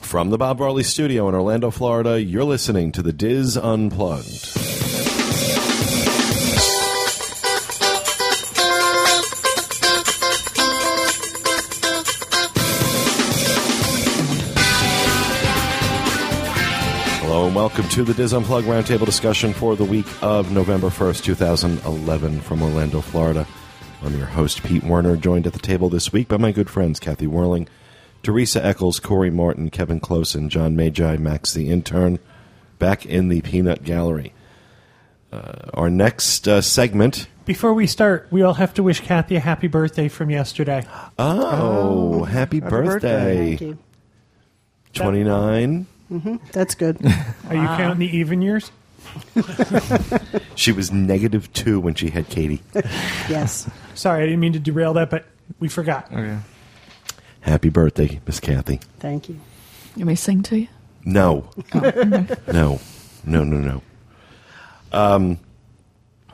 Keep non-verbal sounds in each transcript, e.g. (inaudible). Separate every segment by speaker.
Speaker 1: From the Bob Varley Studio in Orlando, Florida, you're listening to the Diz Unplugged. Hello and welcome to the Diz Unplug Roundtable discussion for the week of November 1st, 2011, from Orlando, Florida. I'm your host, Pete Werner, joined at the table this week by my good friends Kathy Whirling, Teresa Eccles, Corey Martin, Kevin Close, and John Magi, Max the Intern, back in the Peanut Gallery. Uh, our next uh, segment.
Speaker 2: Before we start, we all have to wish Kathy a happy birthday from yesterday.
Speaker 1: Oh, happy, birthday.
Speaker 3: Thank you.
Speaker 1: 29.
Speaker 3: That's good.
Speaker 2: Are you counting the even years?
Speaker 1: She was negative two when she had Katie.
Speaker 3: yes.
Speaker 2: Sorry, I didn't mean to derail that, but we forgot.
Speaker 4: Okay.
Speaker 1: Happy birthday, Miss Kathy.
Speaker 3: Thank you.
Speaker 5: You may sing to you.
Speaker 1: No. no. No, no, no. Um,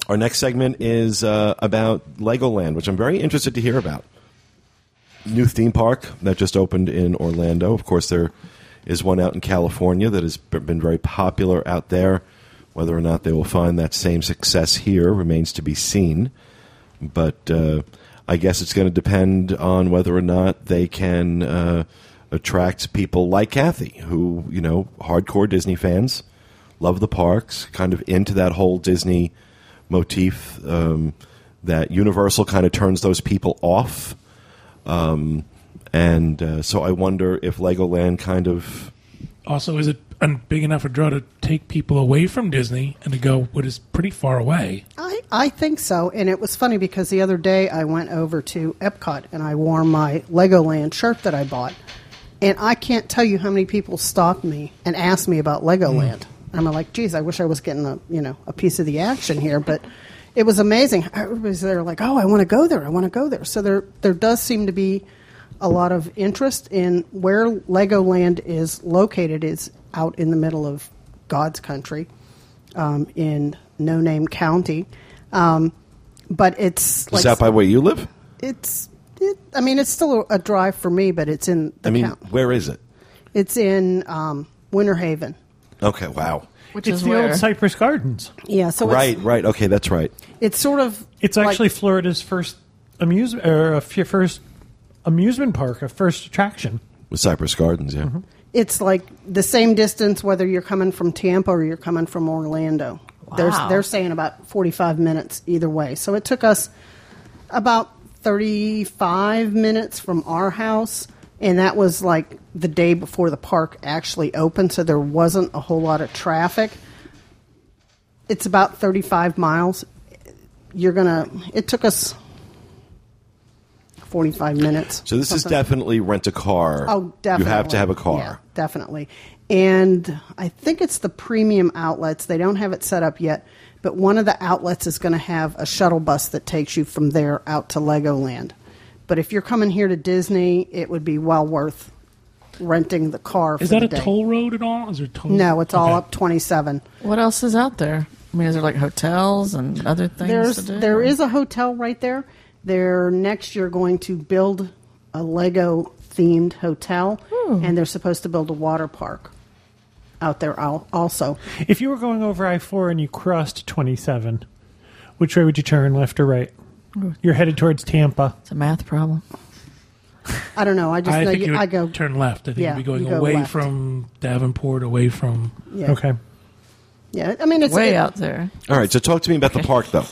Speaker 1: our next segment is uh, about Legoland, which I'm very interested to hear about. New theme park that just opened in Orlando. Of course, there is one out in California that has b- been very popular out there. Whether or not they will find that same success here remains to be seen. But uh, I guess it's going to depend on whether or not they can uh, attract people like Kathy, who, you know, hardcore Disney fans, love the parks, kind of into that whole Disney motif um, that Universal kind of turns those people off. Um, and uh, so I wonder if Legoland kind of.
Speaker 6: Also, is it a big enough a draw to take people away from Disney and to go what is pretty far away?
Speaker 3: I, I think so. And it was funny because the other day I went over to Epcot and I wore my Legoland shirt that I bought. And I can't tell you how many people stopped me and asked me about Legoland. And I'm like, geez, I wish I was getting a you know a piece of the action here, but it was amazing. Everybody's there like, oh, I want to go there, I want to go there. So there there does seem to be a lot of interest in where Legoland is located. Is out in the middle of God's country, um, in No Name County. Um, but it's
Speaker 1: Is that by where you live?
Speaker 3: it's. It, I mean, it's still a, a drive for me, but it's in the
Speaker 1: I mean,
Speaker 3: count-
Speaker 1: where is it?
Speaker 3: It's in um, Winter Haven.
Speaker 1: Okay, wow.
Speaker 5: Which
Speaker 2: It's
Speaker 5: is
Speaker 2: the
Speaker 5: where
Speaker 2: old Cypress Gardens.
Speaker 3: Yeah, so
Speaker 1: Right, right. Okay, that's right.
Speaker 3: It's, it's sort of
Speaker 2: It's
Speaker 3: like-
Speaker 2: actually Florida's first amusement or a f- first amusement park, a first attraction.
Speaker 1: With Cypress Gardens, yeah.
Speaker 3: it's like the same distance whether you're coming from Tampa or you're coming from Orlando. There's,
Speaker 5: Wow.
Speaker 3: they're saying about 45 minutes either way. So it took us about 35 minutes from our house, and that was like the day before the park actually opened, so there wasn't a whole lot of traffic. It's about 35 miles. You're gonna. It took us 45 minutes.
Speaker 1: So this is
Speaker 3: something.
Speaker 1: definitely rent a car.
Speaker 3: Oh, definitely.
Speaker 1: You have to have a car.
Speaker 3: Yeah, definitely. And I think it's the premium outlets. They don't have it set up yet, but one of the outlets is going to have a shuttle bus that takes you from there out to Legoland. But if you're coming here to Disney, it would be well worth renting the car.
Speaker 6: Is
Speaker 3: for
Speaker 6: that
Speaker 3: the
Speaker 6: a
Speaker 3: day.
Speaker 6: toll road at all? Is there a toll?
Speaker 3: No, it's all
Speaker 6: Okay.
Speaker 3: up 27.
Speaker 5: What else is out there? I mean, is there like hotels and other things?
Speaker 3: There's
Speaker 5: to do?
Speaker 3: there is a hotel right there. They're next year going to build a Lego themed hotel, and they're supposed to build a water park out there al- also.
Speaker 2: If you were going over I 4 and you crossed 27, which way would you turn, left or right? You're headed towards Tampa.
Speaker 5: It's a math problem.
Speaker 3: I don't know. I just
Speaker 6: I
Speaker 3: know
Speaker 6: think
Speaker 3: you-
Speaker 6: you would
Speaker 3: I go.
Speaker 6: turn left. I think
Speaker 3: Yeah,
Speaker 6: you'd be going
Speaker 3: you go
Speaker 6: away
Speaker 3: left.
Speaker 6: from Davenport, away from.
Speaker 3: Yeah.
Speaker 2: Okay.
Speaker 3: Yeah. I mean, it's
Speaker 5: Way
Speaker 3: it-
Speaker 5: out there.
Speaker 1: All right, so talk to me about the park, though.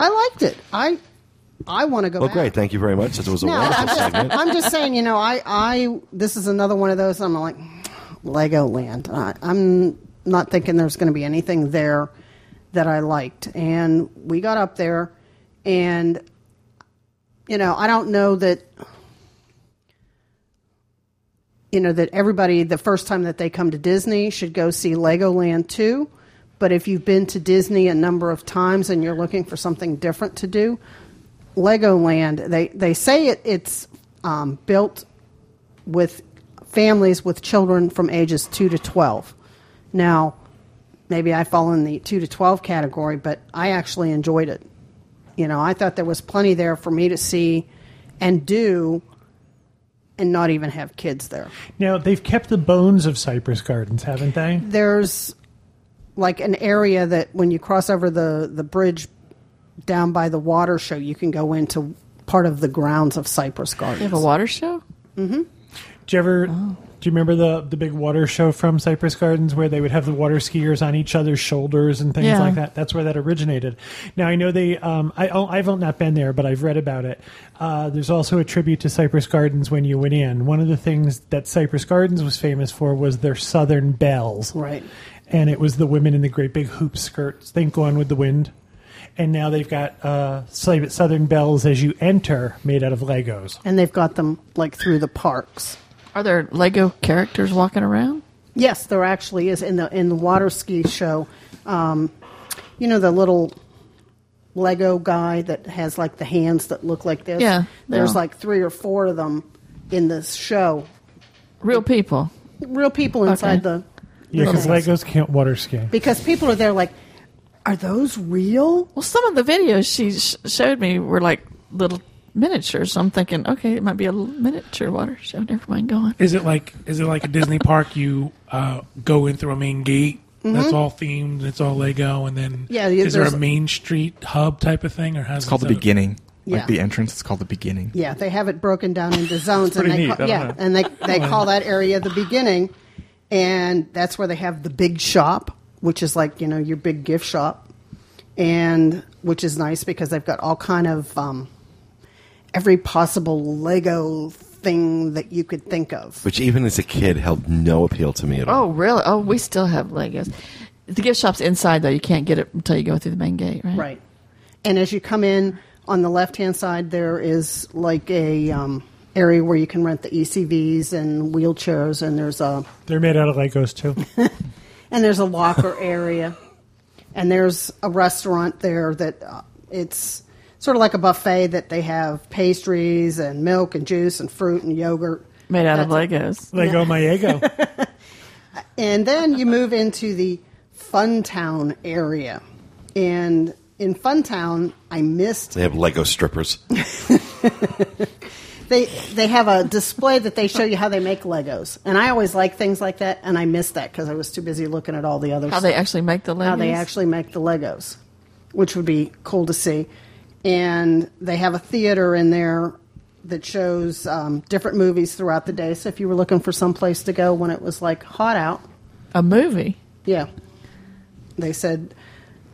Speaker 3: I liked it. I I want to go.
Speaker 1: Well,
Speaker 3: back.
Speaker 1: great. Thank you very much. That was a
Speaker 3: No, I'm
Speaker 1: wonderful
Speaker 3: just,
Speaker 1: segment.
Speaker 3: I'm just saying. You know, I I this is another one of those. I'm like Legoland. I, I'm not thinking there's going to be anything there that I liked. And we got up there, and you know, I don't know that. You know that everybody the first time that they come to Disney should go see Legoland too. But if you've been to Disney a number of times and you're looking for something different to do, Legoland they they say it it's um, built with families with children from ages two to twelve. Now, maybe I fall in the two to twelve category, but I actually enjoyed it. You know, I thought there was plenty there for me to see and do and not even have kids there.
Speaker 2: Now they've kept the bones of Cypress Gardens, haven't they?
Speaker 3: There's like an area that when you cross over the, the bridge down by the water show, you can go into part of the grounds of Cypress Gardens.
Speaker 5: They have a water show?
Speaker 2: Do you ever? Do you remember the the big water show from Cypress Gardens where they would have the water skiers on each other's shoulders and things
Speaker 5: Yeah.
Speaker 2: like that? That's where that originated. Now I know they. Um, I oh, I've not been there, but I've read about it. Uh, there's also a tribute to Cypress Gardens when you went in. One of the things that Cypress Gardens was famous for was their Southern bells,
Speaker 3: Right.
Speaker 2: And it was the women in the great big hoop skirts. Think Gone with the Wind. And now they've got uh, Southern bells as you enter, made out of Legos.
Speaker 3: and they've got them like through the parks.
Speaker 5: Are there Lego characters walking around?
Speaker 3: Yes, there actually is in the in the water ski show. Um, you know the little Lego guy that has like the hands that look like this.
Speaker 5: Yeah,
Speaker 3: there's
Speaker 5: yeah.
Speaker 3: like three or four of them in this show.
Speaker 5: Real people.
Speaker 3: Real people inside
Speaker 5: Okay.
Speaker 3: the
Speaker 2: Yeah, because
Speaker 3: Okay.
Speaker 2: Legos can't water ski.
Speaker 3: because people are there like, are those real?
Speaker 5: Well, some of the videos she sh- showed me were like little miniatures. So I'm thinking, okay, it might be a little miniature water show. Never mind, go on.
Speaker 6: Is it like is it like a Disney park? You uh, go in through a main gate that's all themed, it's all Lego, and then
Speaker 3: Mm-hmm. Yeah, yeah,
Speaker 6: is there a
Speaker 3: there's-
Speaker 6: main street hub type of thing, or how's
Speaker 4: It's called
Speaker 6: it
Speaker 4: the
Speaker 6: set up?
Speaker 4: beginning.
Speaker 3: Yeah.
Speaker 4: Like the entrance, it's called the beginning.
Speaker 3: Yeah, they have it broken down into zones, and
Speaker 6: pretty
Speaker 3: they
Speaker 6: neat, I
Speaker 3: Call,
Speaker 6: don't
Speaker 3: yeah,
Speaker 6: know.
Speaker 3: and they they call that area the beginning, and that's where they have the big shop, which is like you know your big gift shop, and which is nice because they've got all kind of um, every possible Lego thing that you could think of.
Speaker 1: Which even as a kid held no appeal to me at all.
Speaker 5: Oh, really? Oh, we still have Legos. The gift shop's inside, though. You can't get it until you go through the main gate, right?
Speaker 3: Right, and as you come in on the left hand side, there is like a um, area where you can rent the ECVs and wheelchairs, and there's a
Speaker 2: They're made out of Legos too.
Speaker 3: and there's a locker area, and there's a restaurant there that uh, it's sort of like a buffet that they have pastries and milk and juice and fruit and yogurt.
Speaker 5: Made out of Legos.
Speaker 2: Lego my ego.
Speaker 3: And then you move into the Fun Town area, and in Fun Town, I missed
Speaker 1: They have Lego strippers.
Speaker 3: they they have a display that they show you how they make Legos, and I always like things like that, and I missed that because I was too busy looking at all the other
Speaker 5: How
Speaker 3: stuff.
Speaker 5: they actually make the Legos?
Speaker 3: how they actually make the Legos, which would be cool to see. And they have a theater in there that shows um, different movies throughout the day. So if you were looking for some place to go when it was like hot out,
Speaker 5: A movie.
Speaker 3: yeah, they said,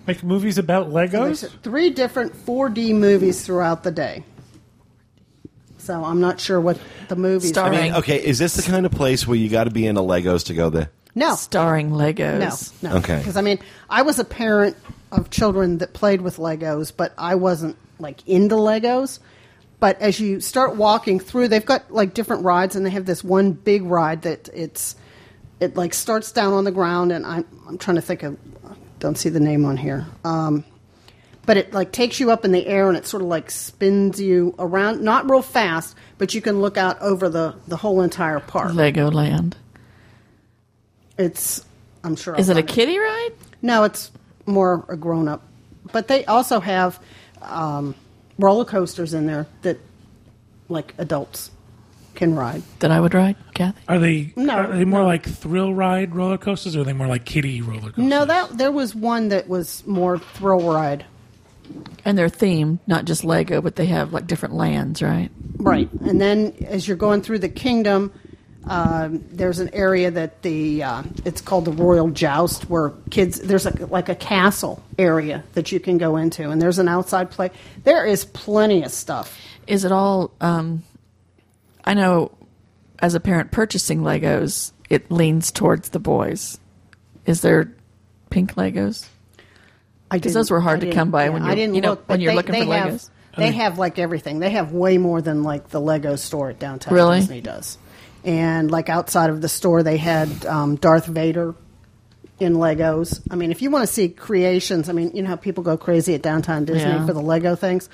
Speaker 2: Make movies about
Speaker 3: they
Speaker 2: Legos.
Speaker 3: said three different 4D movies throughout the day. So I'm not sure what the movies.
Speaker 1: I
Speaker 5: Starring-
Speaker 1: mean, okay, is this the kind of place where you got to be into Legos to go there?
Speaker 3: No,
Speaker 5: Starring
Speaker 3: No,
Speaker 5: Legos.
Speaker 3: no.
Speaker 1: Okay.
Speaker 3: Because I mean, I was a parent of children that played with Legos, but I wasn't like into Legos. But as you start walking through, they've got like different rides, and they have this one big ride that it's it like starts down on the ground, and I'm I'm trying to think of don't see the name on here. Um, but it like takes you up in the air and it sort of like spins you around, not real fast, but you can look out over the the whole entire park.
Speaker 5: Lego Land.
Speaker 3: It's I'm sure I'll
Speaker 5: Is it a
Speaker 3: find
Speaker 5: kiddie ride?
Speaker 3: No, it's more a grown up. But they also have um, roller coasters in there that like adults can ride.
Speaker 5: That I would ride, Kathy?
Speaker 6: Are they
Speaker 3: No,
Speaker 6: are they more like thrill ride roller coasters, or are they more like kiddie roller coasters?
Speaker 3: No, that there was one that was more thrill ride.
Speaker 5: And they're themed, not just Lego, but they have like different lands, right?
Speaker 3: Right. And then as you're going through the kingdom, um, there's an area that the uh, it's called the Royal Joust, where kids there's a, like a castle area that you can go into, and there's an outside play. There is plenty of stuff.
Speaker 5: Is it all? Um, I know, as a parent purchasing Legos, it leans towards the boys. Is there pink Legos?
Speaker 3: I
Speaker 5: 'Cause
Speaker 3: didn't-
Speaker 5: those were hard
Speaker 3: I
Speaker 5: to
Speaker 3: didn't-
Speaker 5: come by when
Speaker 3: I
Speaker 5: you're-
Speaker 3: didn't
Speaker 5: you know,
Speaker 3: look,
Speaker 5: when
Speaker 3: but
Speaker 5: you're
Speaker 3: they-
Speaker 5: looking
Speaker 3: they
Speaker 5: for
Speaker 3: have,
Speaker 5: Legos.
Speaker 3: They have like everything. They have way more than like the Lego store at downtown
Speaker 5: Really?
Speaker 3: Disney does. And like outside of the store, they had um, Darth Vader in Legos. I mean, if you want to see creations, I mean, you know how people go crazy at downtown Disney
Speaker 5: Yeah.
Speaker 3: for the Lego things.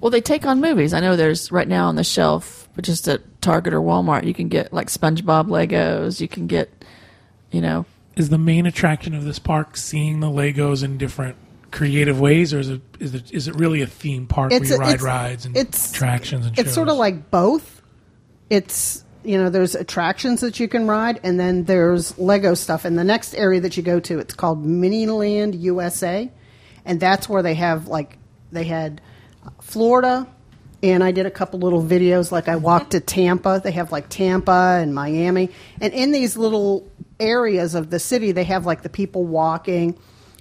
Speaker 5: Well, they take on movies. I know there's right now on the shelf, but just at Target or Walmart, you can get like SpongeBob Legos. You can get, you know,
Speaker 6: Is the main attraction of this park seeing the Legos in different creative ways, or is it is it, is it really a theme park where you ride rides and attractions and
Speaker 3: it's sort of
Speaker 6: shows?
Speaker 3: like both it's you know there's attractions that you can ride, and then there's Lego stuff. And the next area that you go to, it's called Miniland USA, and that's where they have like they had Florida, and I did a couple little videos. Like I walked to Tampa. They have like Tampa and Miami, and in these little areas of the city, they have like the people walking.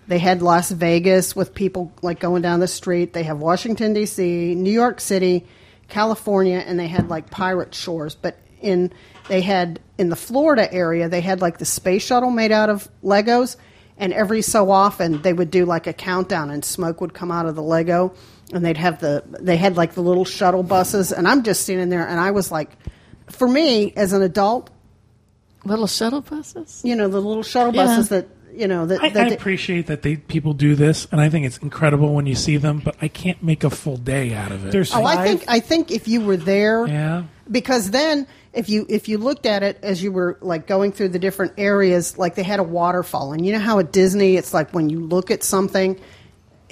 Speaker 3: They had Las Vegas with people like going down the street. They have Washington D.C., New York City, California, and they had like pirate shores. But in they had in the Florida area, they had like the space shuttle made out of Legos, and every so often they would do like a countdown, and smoke would come out of the Lego, and they'd have the they had like the little shuttle buses, and I'm just standing there, and I was like, for me as an adult,
Speaker 5: Little shuttle buses?
Speaker 3: you know, the little shuttle
Speaker 5: Yeah.
Speaker 3: buses that you know that,
Speaker 6: I,
Speaker 3: that
Speaker 6: I appreciate that they people do this, and I think it's incredible when you see them. But I can't make a full day out of it.
Speaker 2: There's
Speaker 3: Oh, I
Speaker 2: five-
Speaker 3: think I think if you were there,
Speaker 6: Yeah.
Speaker 3: because then if you if you looked at it as you were like going through the different areas, like they had a waterfall, and you know how at Disney it's like when you look at something,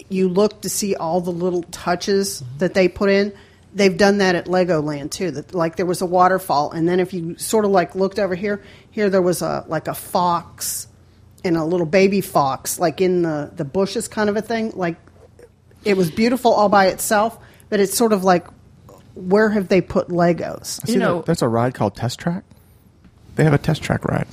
Speaker 3: you look to see all the little touches that they put in. They've done that at Legoland too. That like there was a waterfall, and then if you sort of like looked over here, here there was a like a fox and a little baby fox, like in the the bushes, kind of a thing. Like it was beautiful all by itself, but it's sort of like where have they put Legos?
Speaker 4: See,
Speaker 5: You
Speaker 4: there-
Speaker 5: know-
Speaker 4: there's a ride called Test Track. They have a Test Track ride.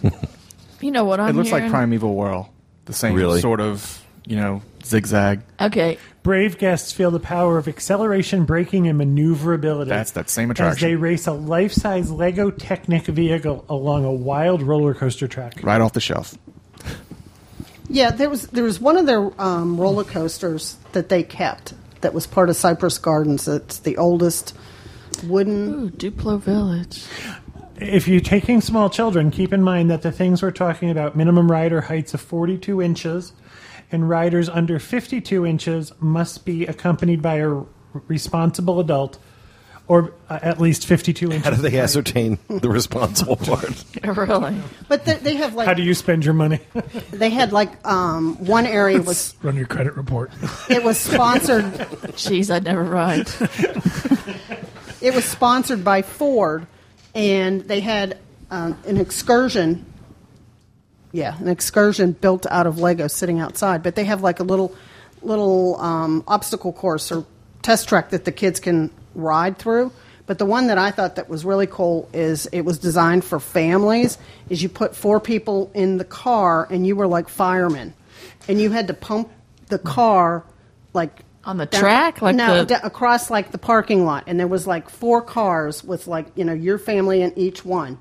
Speaker 5: You know what (laughs) I'm
Speaker 4: it looks like
Speaker 5: hearing?
Speaker 4: Primeval Whirl. The same
Speaker 1: Really?
Speaker 4: sort of, you know, zigzag.
Speaker 5: Okay.
Speaker 2: Brave guests feel the power of acceleration, braking, and maneuverability.
Speaker 4: That's that same
Speaker 2: As they
Speaker 4: attraction.
Speaker 2: race a life-size Lego Technic vehicle along a wild roller coaster track.
Speaker 4: Right off the shelf.
Speaker 3: Yeah, there was there was one of their um, roller coasters that they kept that was part of Cypress Gardens. It's the oldest wooden.
Speaker 5: Ooh,
Speaker 3: (laughs)
Speaker 5: Duplo Village.
Speaker 2: If you're taking small children, keep in mind that the things we're talking about minimum rider heights of 42 inches, and riders under 52 inches must be accompanied by a responsible adult, or uh, at least 52
Speaker 1: How
Speaker 2: inches.
Speaker 1: do they ascertain the responsible part?
Speaker 5: really?
Speaker 3: But they, they have like
Speaker 2: How do you spend your money? (laughs)
Speaker 3: they had like um, one area was
Speaker 6: run your credit report.
Speaker 3: it was sponsored
Speaker 5: Jeez, I'd never ride.
Speaker 3: it was sponsored by Ford, and they had um, an excursion. Yeah, an excursion built out of Lego sitting outside, but they have like a little little um, obstacle course or test track that the kids can ride through. But the one that I thought that was really cool is it was designed for families. Is you put four people in the car and you were like firemen, and you had to pump the car like
Speaker 5: On the track? Like
Speaker 3: no,
Speaker 5: the-
Speaker 3: da- across like the parking lot, and there was like four cars with like you know your family in each one,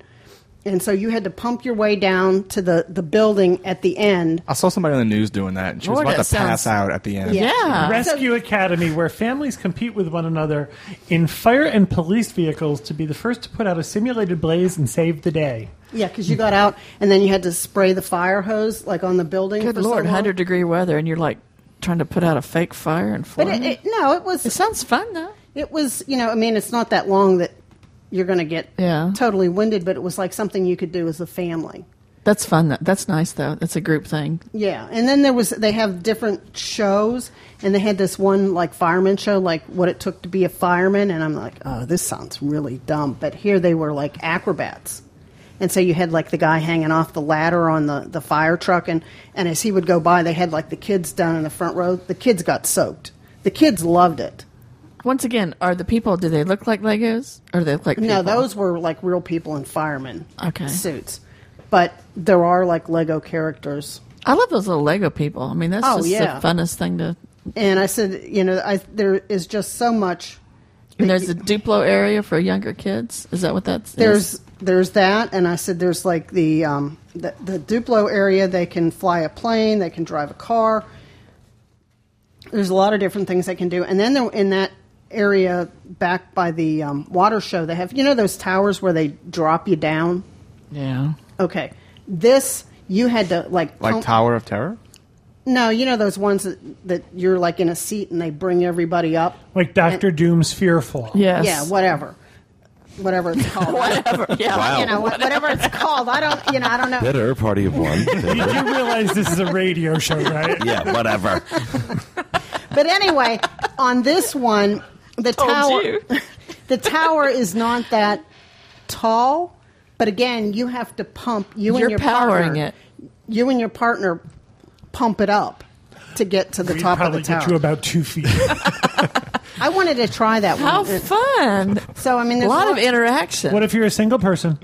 Speaker 3: and so you had to pump your way down to the the building at the end.
Speaker 4: I saw somebody on the news doing that, and she
Speaker 5: Lord,
Speaker 4: was about
Speaker 5: that
Speaker 4: to pass
Speaker 5: sounds-
Speaker 4: out at the end.
Speaker 5: Yeah.
Speaker 2: Rescue Academy, where families compete with one another in fire and police vehicles to be the first to put out a simulated blaze and save the day.
Speaker 3: Yeah, because you got out, and then you had to spray the fire hose like on the building.
Speaker 5: Good
Speaker 3: for so
Speaker 5: lord,
Speaker 3: long.
Speaker 5: 100 degree weather, and you're like trying to put out a fake fire and
Speaker 3: But
Speaker 5: flame.
Speaker 3: it, it, no, it was
Speaker 5: it sounds fun, though.
Speaker 3: it was you know I mean it's not that long that you're going to get
Speaker 5: Yeah.
Speaker 3: totally winded, but it was like something you could do as a family.
Speaker 5: That's fun. Though. That's nice, though. That's a group thing.
Speaker 3: Yeah, and then there was they have different shows, and they had this one like fireman show, like what it took to be a fireman, and I'm like, oh, this sounds really dumb. But here they were like acrobats, and so you had like the guy hanging off the ladder on the the fire truck, and and as he would go by, they had like the kids down in the front row. The kids got soaked. The kids loved it.
Speaker 5: Once again, are the people, do they look like Legos? Or do they look like
Speaker 3: No,
Speaker 5: people?
Speaker 3: those were like real people in firemen
Speaker 5: Okay.
Speaker 3: suits, but there are like Lego characters.
Speaker 5: I love those little Lego people. I mean, that's
Speaker 3: Oh,
Speaker 5: just
Speaker 3: yeah.
Speaker 5: the funnest thing to.
Speaker 3: And I said, you know, I, there is just so much
Speaker 5: And there's a Duplo area for younger kids. Is that what that's?
Speaker 3: there's there's that, and I said there's like the, um, the the Duplo area. They can fly a plane. They can drive a car. There's a lot of different things they can do, and then there, in that area back by the um, water show, they have you know those towers where they drop you down.
Speaker 5: Yeah.
Speaker 3: Okay, this you had to like
Speaker 4: Like
Speaker 3: pump-
Speaker 4: Tower of Terror?
Speaker 3: No, you know those ones that, that you're like in a seat and they bring everybody up.
Speaker 2: Like Doctor Doom's Fearful.
Speaker 5: (laughs) Yes.
Speaker 3: Yeah, whatever, whatever it's called.
Speaker 5: Whatever. Yeah.
Speaker 1: Wow.
Speaker 3: You know, what- whatever it's called. I don't. You know, I don't know.
Speaker 1: Better party of one.
Speaker 2: Did you realize this is a (laughs) radio show, right?
Speaker 1: (laughs) yeah, whatever.
Speaker 3: But anyway, on this one, the (laughs)
Speaker 5: Told
Speaker 3: tower,
Speaker 5: you.
Speaker 3: the tower is not that tall, but again, you have to pump. You
Speaker 5: You're
Speaker 3: and your
Speaker 5: powering
Speaker 3: partner,
Speaker 5: it.
Speaker 3: You and your partner pump it up to get to the
Speaker 6: We
Speaker 3: top of
Speaker 6: probably
Speaker 3: the tower.
Speaker 6: get you about
Speaker 2: (laughs)
Speaker 6: two feet.
Speaker 3: I wanted to try that
Speaker 5: How
Speaker 3: one. And
Speaker 5: fun!
Speaker 3: so I mean,
Speaker 5: A
Speaker 3: there's
Speaker 5: lot of
Speaker 3: lots-
Speaker 5: interaction.
Speaker 2: What if you're a single person?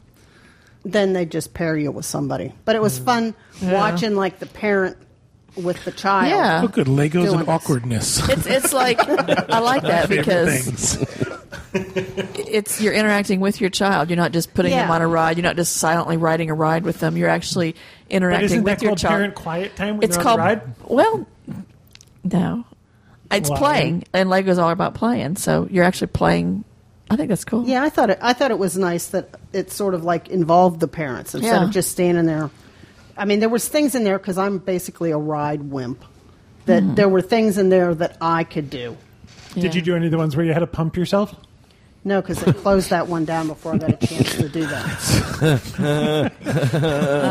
Speaker 3: then they just pair you with somebody. But it was fun watching like the parent with the child.
Speaker 5: Mm. Yeah.
Speaker 6: oh, good. Legos
Speaker 3: Doing
Speaker 6: and
Speaker 3: this.
Speaker 5: (laughs)
Speaker 6: awkwardness.
Speaker 5: it's it's like I like that because
Speaker 6: Things.
Speaker 5: it's you're interacting with your child. You're not just putting them
Speaker 3: Yeah.
Speaker 5: on a ride. You're not just silently riding a ride with them. You're actually
Speaker 2: But
Speaker 5: interacting
Speaker 2: isn't
Speaker 5: with
Speaker 2: that
Speaker 5: your
Speaker 2: called
Speaker 5: child.
Speaker 2: parent quiet time when
Speaker 5: it's
Speaker 2: you're
Speaker 5: called
Speaker 2: on the ride?
Speaker 5: well, no, it's
Speaker 2: Why?
Speaker 5: playing, and Lego's all about playing. So you're actually playing. I think that's cool.
Speaker 3: Yeah, I thought it, I thought it was nice that it sort of like involved the parents instead
Speaker 5: Yeah.
Speaker 3: of just standing there. I mean, there was things in there because I'm basically a ride wimp. That
Speaker 5: Mm-hmm.
Speaker 3: there were things in there that I could do.
Speaker 5: Yeah.
Speaker 2: Did you do any of the ones where you had to pump yourself?
Speaker 3: No, because they closed that one down before I got a chance to do that.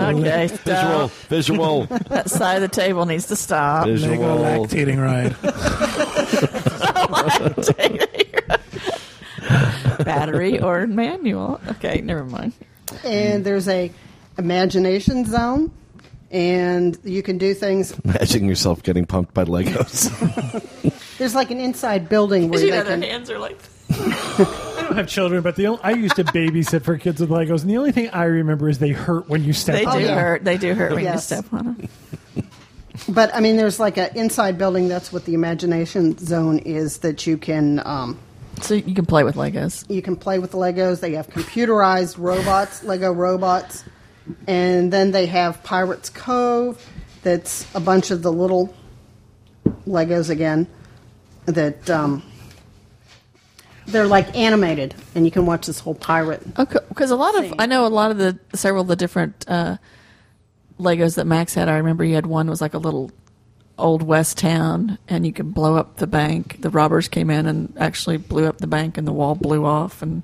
Speaker 5: Okay,
Speaker 1: Visual,
Speaker 5: stop.
Speaker 1: visual,
Speaker 5: that side of the table needs to (laughs) stop.
Speaker 6: Lego
Speaker 1: visual.
Speaker 6: lactating ride.
Speaker 5: (laughs) Battery or manual? Okay, never mind.
Speaker 3: And there's a imagination zone, and you can do things.
Speaker 1: Imagine yourself getting pumped by Legos.
Speaker 3: There's like an inside building where
Speaker 5: You
Speaker 3: they
Speaker 5: know, their
Speaker 3: can
Speaker 5: hands are like.
Speaker 2: I don't have children, but the only, I
Speaker 6: (laughs)
Speaker 2: used to babysit for kids with Legos, and the only thing I remember is they hurt when you step
Speaker 5: They do
Speaker 2: on them.
Speaker 3: yeah.
Speaker 5: hurt. They do hurt when
Speaker 3: Yes.
Speaker 5: you step on them.
Speaker 3: But I mean, there's like an inside building. That's what the imagination zone is. That you can um,
Speaker 5: So you can play with Legos.
Speaker 3: you can play with Legos. They have computerized robots, Lego robots, and then they have Pirates Cove. That's a bunch of the little Legos again. That um, they're like animated, and you can watch this whole pirate.
Speaker 5: Okay, because Oh, a lot of
Speaker 3: Thing.
Speaker 5: I know a lot of the several of the different uh, Legos that Max had. I remember you had one was like a little old west town, and you could blow up the bank. The robbers came in and actually blew up the bank, and the wall blew off, and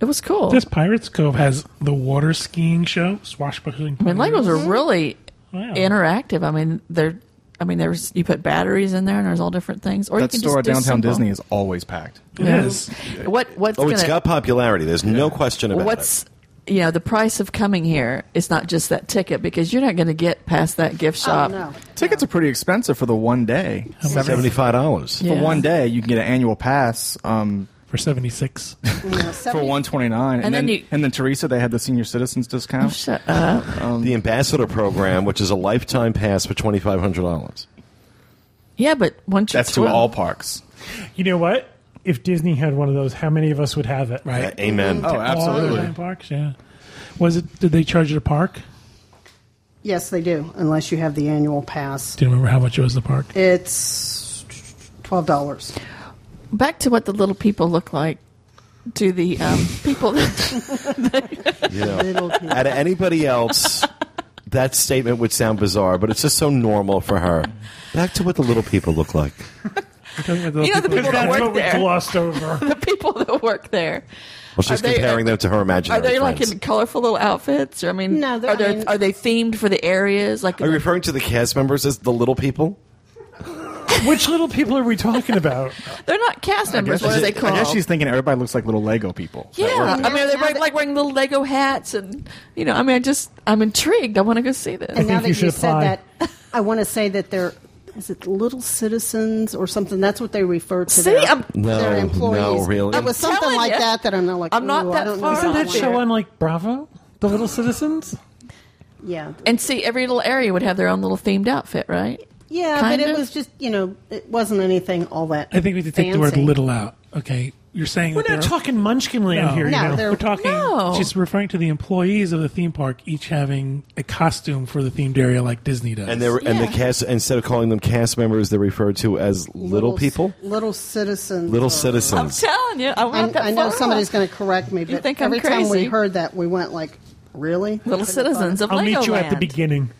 Speaker 5: it was cool.
Speaker 6: (laughs) This Pirates Cove has the water skiing show, swashbuckling.
Speaker 5: I mean, Legos are really
Speaker 6: Wow.
Speaker 5: interactive. I mean, they're I mean, there's you put batteries in there, and there's all different things. Or
Speaker 4: That
Speaker 5: you can
Speaker 4: store at
Speaker 5: just do
Speaker 4: downtown
Speaker 5: simple-
Speaker 4: Disney is always packed.
Speaker 5: Yeah.
Speaker 6: Yes.
Speaker 5: What what's
Speaker 1: Oh,
Speaker 5: gonna,
Speaker 1: it's got popularity. There's no question about
Speaker 5: what's
Speaker 1: it.
Speaker 5: you know the price of coming here is not just that ticket because you're not going to get past that gift shop.
Speaker 3: Oh, no.
Speaker 4: Tickets are pretty expensive for the one day.
Speaker 1: Seventy-five dollars.
Speaker 5: Yeah.
Speaker 4: For one day, you can get an annual pass um,
Speaker 6: For 76.
Speaker 3: You know,
Speaker 4: for
Speaker 3: 70
Speaker 4: one twenty nine, and,
Speaker 5: And then
Speaker 4: then,
Speaker 5: you- Oh,
Speaker 4: and then Teresa, they had the senior citizens discount.
Speaker 5: Shut up.
Speaker 1: The ambassador program, which is a lifetime pass for twenty-five hundred dollars.
Speaker 5: Yeah, but once you're
Speaker 4: That's to
Speaker 5: 12
Speaker 4: all parks.
Speaker 2: You know what? If Disney had one of those, how many of us would have it?
Speaker 6: Right.
Speaker 1: Uh, Amen.
Speaker 4: Oh, absolutely.
Speaker 6: All parks, yeah. Was it? Did they charge it a park?
Speaker 3: Yes, they do. Unless you have the annual pass.
Speaker 6: Do you remember how much it was the
Speaker 2: (laughs)
Speaker 6: park?
Speaker 3: It's twelve dollars.
Speaker 5: back to what the little people look like. To the um, people that (laughs)
Speaker 1: You know. out of anybody else, that statement would sound bizarre, but it's just so normal for her. Back to what the little people look like.
Speaker 6: You're talking about the
Speaker 5: You know the
Speaker 6: people-
Speaker 5: people that
Speaker 2: That's
Speaker 5: work
Speaker 2: what we
Speaker 5: there,
Speaker 2: glossed over.
Speaker 5: (laughs) the people that work there.
Speaker 1: Well, she's
Speaker 5: Are they- uh,
Speaker 1: comparing them to her imaginary
Speaker 5: Are they like
Speaker 1: friends.
Speaker 5: in colorful little outfits? Or I mean,
Speaker 3: No, they're-
Speaker 5: are
Speaker 3: I
Speaker 5: they
Speaker 3: mean-
Speaker 5: are they themed for the areas? Like
Speaker 1: Are you referring to the cast members as the little people?
Speaker 2: Which little people are we talking
Speaker 6: (laughs)
Speaker 2: about?
Speaker 5: they're not cast members. What are they
Speaker 4: I
Speaker 5: called?
Speaker 4: guess she's thinking everybody looks like little Lego people.
Speaker 5: yeah, I mean, are they
Speaker 3: Now
Speaker 5: wearing,
Speaker 3: that-
Speaker 5: like wearing little Lego hats and you know? I mean, I just I'm intrigued. I want to go see this.
Speaker 3: And now
Speaker 2: think
Speaker 3: that
Speaker 2: you
Speaker 3: you,
Speaker 2: should apply.
Speaker 3: said that, I want to say that they're is it little citizens or something? That's what they refer to.
Speaker 5: See,
Speaker 3: their,
Speaker 5: I'm-
Speaker 1: No,
Speaker 3: their employees.
Speaker 1: no, really.
Speaker 3: It was
Speaker 5: I'm
Speaker 3: something
Speaker 5: telling
Speaker 3: like
Speaker 5: ya.
Speaker 3: that that I'm not like.
Speaker 5: I'm not
Speaker 3: "Ooh,
Speaker 5: that
Speaker 3: I don't
Speaker 5: far
Speaker 3: know
Speaker 5: Isn't
Speaker 2: Isn't
Speaker 5: that
Speaker 2: that
Speaker 3: want
Speaker 5: show
Speaker 2: show
Speaker 5: on,
Speaker 2: on like Bravo? The Little Citizens?
Speaker 3: Yeah,
Speaker 5: And see, every little area would have their own little themed outfit, right?
Speaker 3: yeah,
Speaker 5: Kind
Speaker 3: but
Speaker 5: of?
Speaker 3: it was just you know it wasn't anything all that.
Speaker 6: I think we need to take the word
Speaker 3: fancy.
Speaker 6: little out. Okay. You're saying
Speaker 2: We're
Speaker 6: that
Speaker 2: not
Speaker 6: there-
Speaker 2: talking Munchkin Land
Speaker 6: No.
Speaker 2: here, you
Speaker 3: No,
Speaker 2: know.
Speaker 3: they're-
Speaker 6: We're talking.
Speaker 5: No.
Speaker 6: She's referring to the employees of the theme park, each having a costume for the themed area, like Disney does.
Speaker 1: And they were and the
Speaker 5: Yeah.
Speaker 1: cast instead of calling them cast members, they're referred to as little,
Speaker 3: c-
Speaker 1: people,
Speaker 3: little citizens,
Speaker 5: Oh.
Speaker 1: little
Speaker 3: or-
Speaker 5: I'm (laughs)
Speaker 1: citizens.
Speaker 5: telling you, I'm not
Speaker 3: And
Speaker 5: that
Speaker 3: I know
Speaker 5: far
Speaker 3: somebody's
Speaker 5: off.
Speaker 3: going to correct me, but
Speaker 5: think I'm
Speaker 3: every time we
Speaker 5: crazy.
Speaker 3: heard that, we went like, "Really,
Speaker 5: Little citizens of
Speaker 2: I'll
Speaker 5: Legoland.
Speaker 2: meet you at the beginning.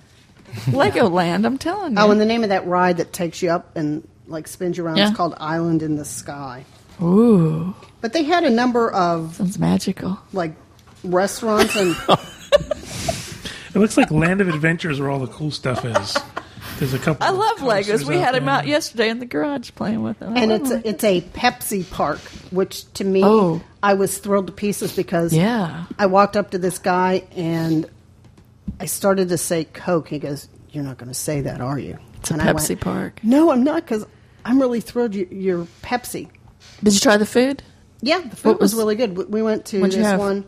Speaker 5: Legoland, I'm telling you.
Speaker 3: Oh, and the name of that ride that takes you up and like spins you around
Speaker 5: Yeah.
Speaker 3: is called Island in the Sky.
Speaker 5: Ooh,
Speaker 3: But they had a number of
Speaker 5: sounds magical.
Speaker 3: like restaurants and
Speaker 5: (laughs)
Speaker 6: It looks like Land of Adventures, where all the cool stuff is. There's a couple.
Speaker 5: I
Speaker 6: of
Speaker 5: love
Speaker 6: coasters
Speaker 5: Legos. We had
Speaker 6: there.
Speaker 5: him out yesterday in the garage playing with them. I
Speaker 3: and
Speaker 5: love
Speaker 3: it's
Speaker 5: them.
Speaker 3: a, it's a Pepsi park, which to me,
Speaker 5: Oh.
Speaker 3: I was thrilled to pieces because
Speaker 5: Yeah.
Speaker 3: I walked up to this guy and I started to say Coke. He goes, "You're not going to say that, are you?"
Speaker 5: It's a
Speaker 3: And I
Speaker 5: Pepsi park.
Speaker 3: No, I'm not because I'm really thrilled you, you're Pepsi.
Speaker 5: Did you try the food?
Speaker 3: Yeah, the food was,
Speaker 5: was-
Speaker 3: really good. We- We went to
Speaker 5: What'd you
Speaker 3: this
Speaker 5: have?
Speaker 3: one.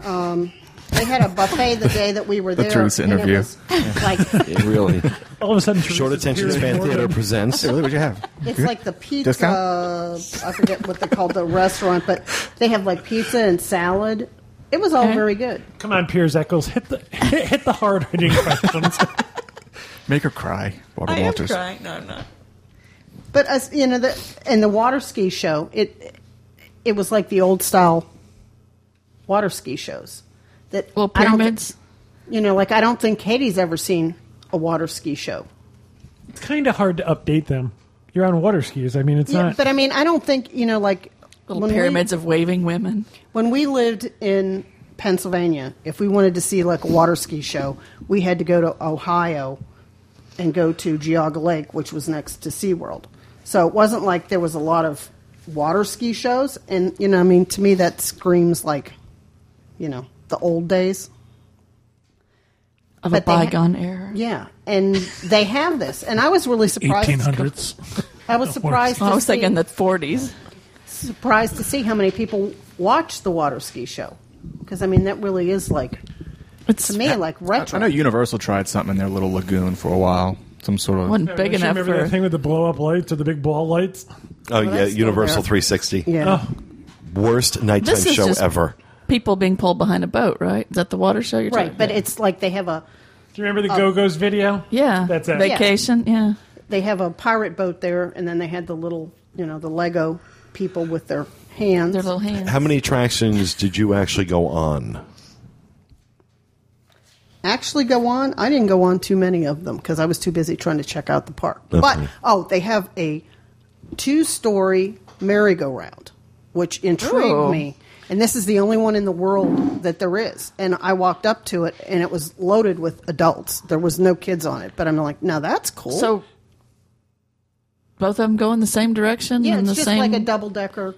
Speaker 3: Um, they had a buffet the day that we were there.
Speaker 4: Teresa
Speaker 3: and it
Speaker 4: interview.
Speaker 3: was, Like
Speaker 1: It really.
Speaker 2: All of a sudden,
Speaker 1: Short
Speaker 2: Teresa's
Speaker 1: attention
Speaker 2: appearing
Speaker 1: span
Speaker 2: more
Speaker 1: theater
Speaker 2: than-
Speaker 1: presents.
Speaker 4: Really, what'd you have?
Speaker 3: It's
Speaker 4: Good?
Speaker 3: like the pizza.
Speaker 4: Discount?
Speaker 3: I forget what they call the restaurant, but they have like pizza and salad. It was all
Speaker 5: Okay.
Speaker 3: very good.
Speaker 2: Come on, Piers Eccles, hit the (laughs) hit, hit the hard hitting questions.
Speaker 4: Make her cry, Barbara Walters.
Speaker 5: No, I'm not.
Speaker 3: But as you know, the and the water ski show, it it was like the old style water ski shows. That
Speaker 5: Well,
Speaker 3: I don't thi-
Speaker 5: pyramids.
Speaker 3: you know, like I don't think Katie's ever seen a water ski show.
Speaker 2: it's kind of hard to update them. You're on water skis. I mean, it's
Speaker 3: Yeah,
Speaker 2: not.
Speaker 3: but I mean, I don't think you know, like
Speaker 5: Little
Speaker 3: when we-
Speaker 5: pyramids of waving women.
Speaker 3: When we lived in Pennsylvania, if we wanted to see like a water ski show, we had to go to Ohio and go to Geauga Lake, which was next to SeaWorld. So it wasn't like there was a lot of water ski shows. And, you know, I mean, to me, that screams like, you know, the old days.
Speaker 5: Of a
Speaker 3: But they had-
Speaker 5: bygone era.
Speaker 3: Yeah. And they have this. And I was really surprised.
Speaker 6: 1800s.
Speaker 3: I was surprised.
Speaker 5: Well, I
Speaker 3: to
Speaker 5: was thinking
Speaker 3: see-
Speaker 5: the 40s.
Speaker 3: surprised to see how many people watch the water ski show because I mean that really is like
Speaker 5: It's
Speaker 3: to me like
Speaker 4: I,
Speaker 3: retro.
Speaker 4: I know Universal tried something in their little lagoon for a while. Some sort of.
Speaker 5: wasn't big
Speaker 2: Don't you
Speaker 5: enough
Speaker 2: remember that
Speaker 5: for.
Speaker 2: thing with the blow up lights or the big ball lights?
Speaker 1: Oh yeah,
Speaker 3: that's still
Speaker 1: Universal
Speaker 3: there.
Speaker 1: 360.
Speaker 3: yeah,
Speaker 4: Uh-huh.
Speaker 2: Oh,
Speaker 1: Worst nighttime
Speaker 5: This is
Speaker 1: show
Speaker 5: just-
Speaker 1: ever.
Speaker 5: People being pulled behind a boat, right? Is that the water show you're
Speaker 3: right.
Speaker 5: talking
Speaker 3: But
Speaker 5: about?
Speaker 3: it's like they have a
Speaker 2: do you remember the Go Go's video?
Speaker 5: Oh. Yeah.
Speaker 2: That's it.
Speaker 3: Yeah.
Speaker 5: Vacation, yeah.
Speaker 3: they have a pirate boat there, and then they had the little you know the Lego people with their hands.
Speaker 5: Their little hands.
Speaker 1: How many attractions did you actually go on?
Speaker 3: Actually, go on. I didn't go on too many of them because I was too busy trying to check out the park. But oh, they have a two-story merry-go-round, which intrigued
Speaker 5: Ooh.
Speaker 3: me. And this is the only one in the world that there is. And I walked up to it, and it was loaded with adults. There was no kids on it. But I'm like, now that's cool.
Speaker 5: So both of them go in the same direction
Speaker 3: yeah,
Speaker 5: and
Speaker 3: it's
Speaker 5: the
Speaker 3: just
Speaker 5: same.
Speaker 3: like a double-decker.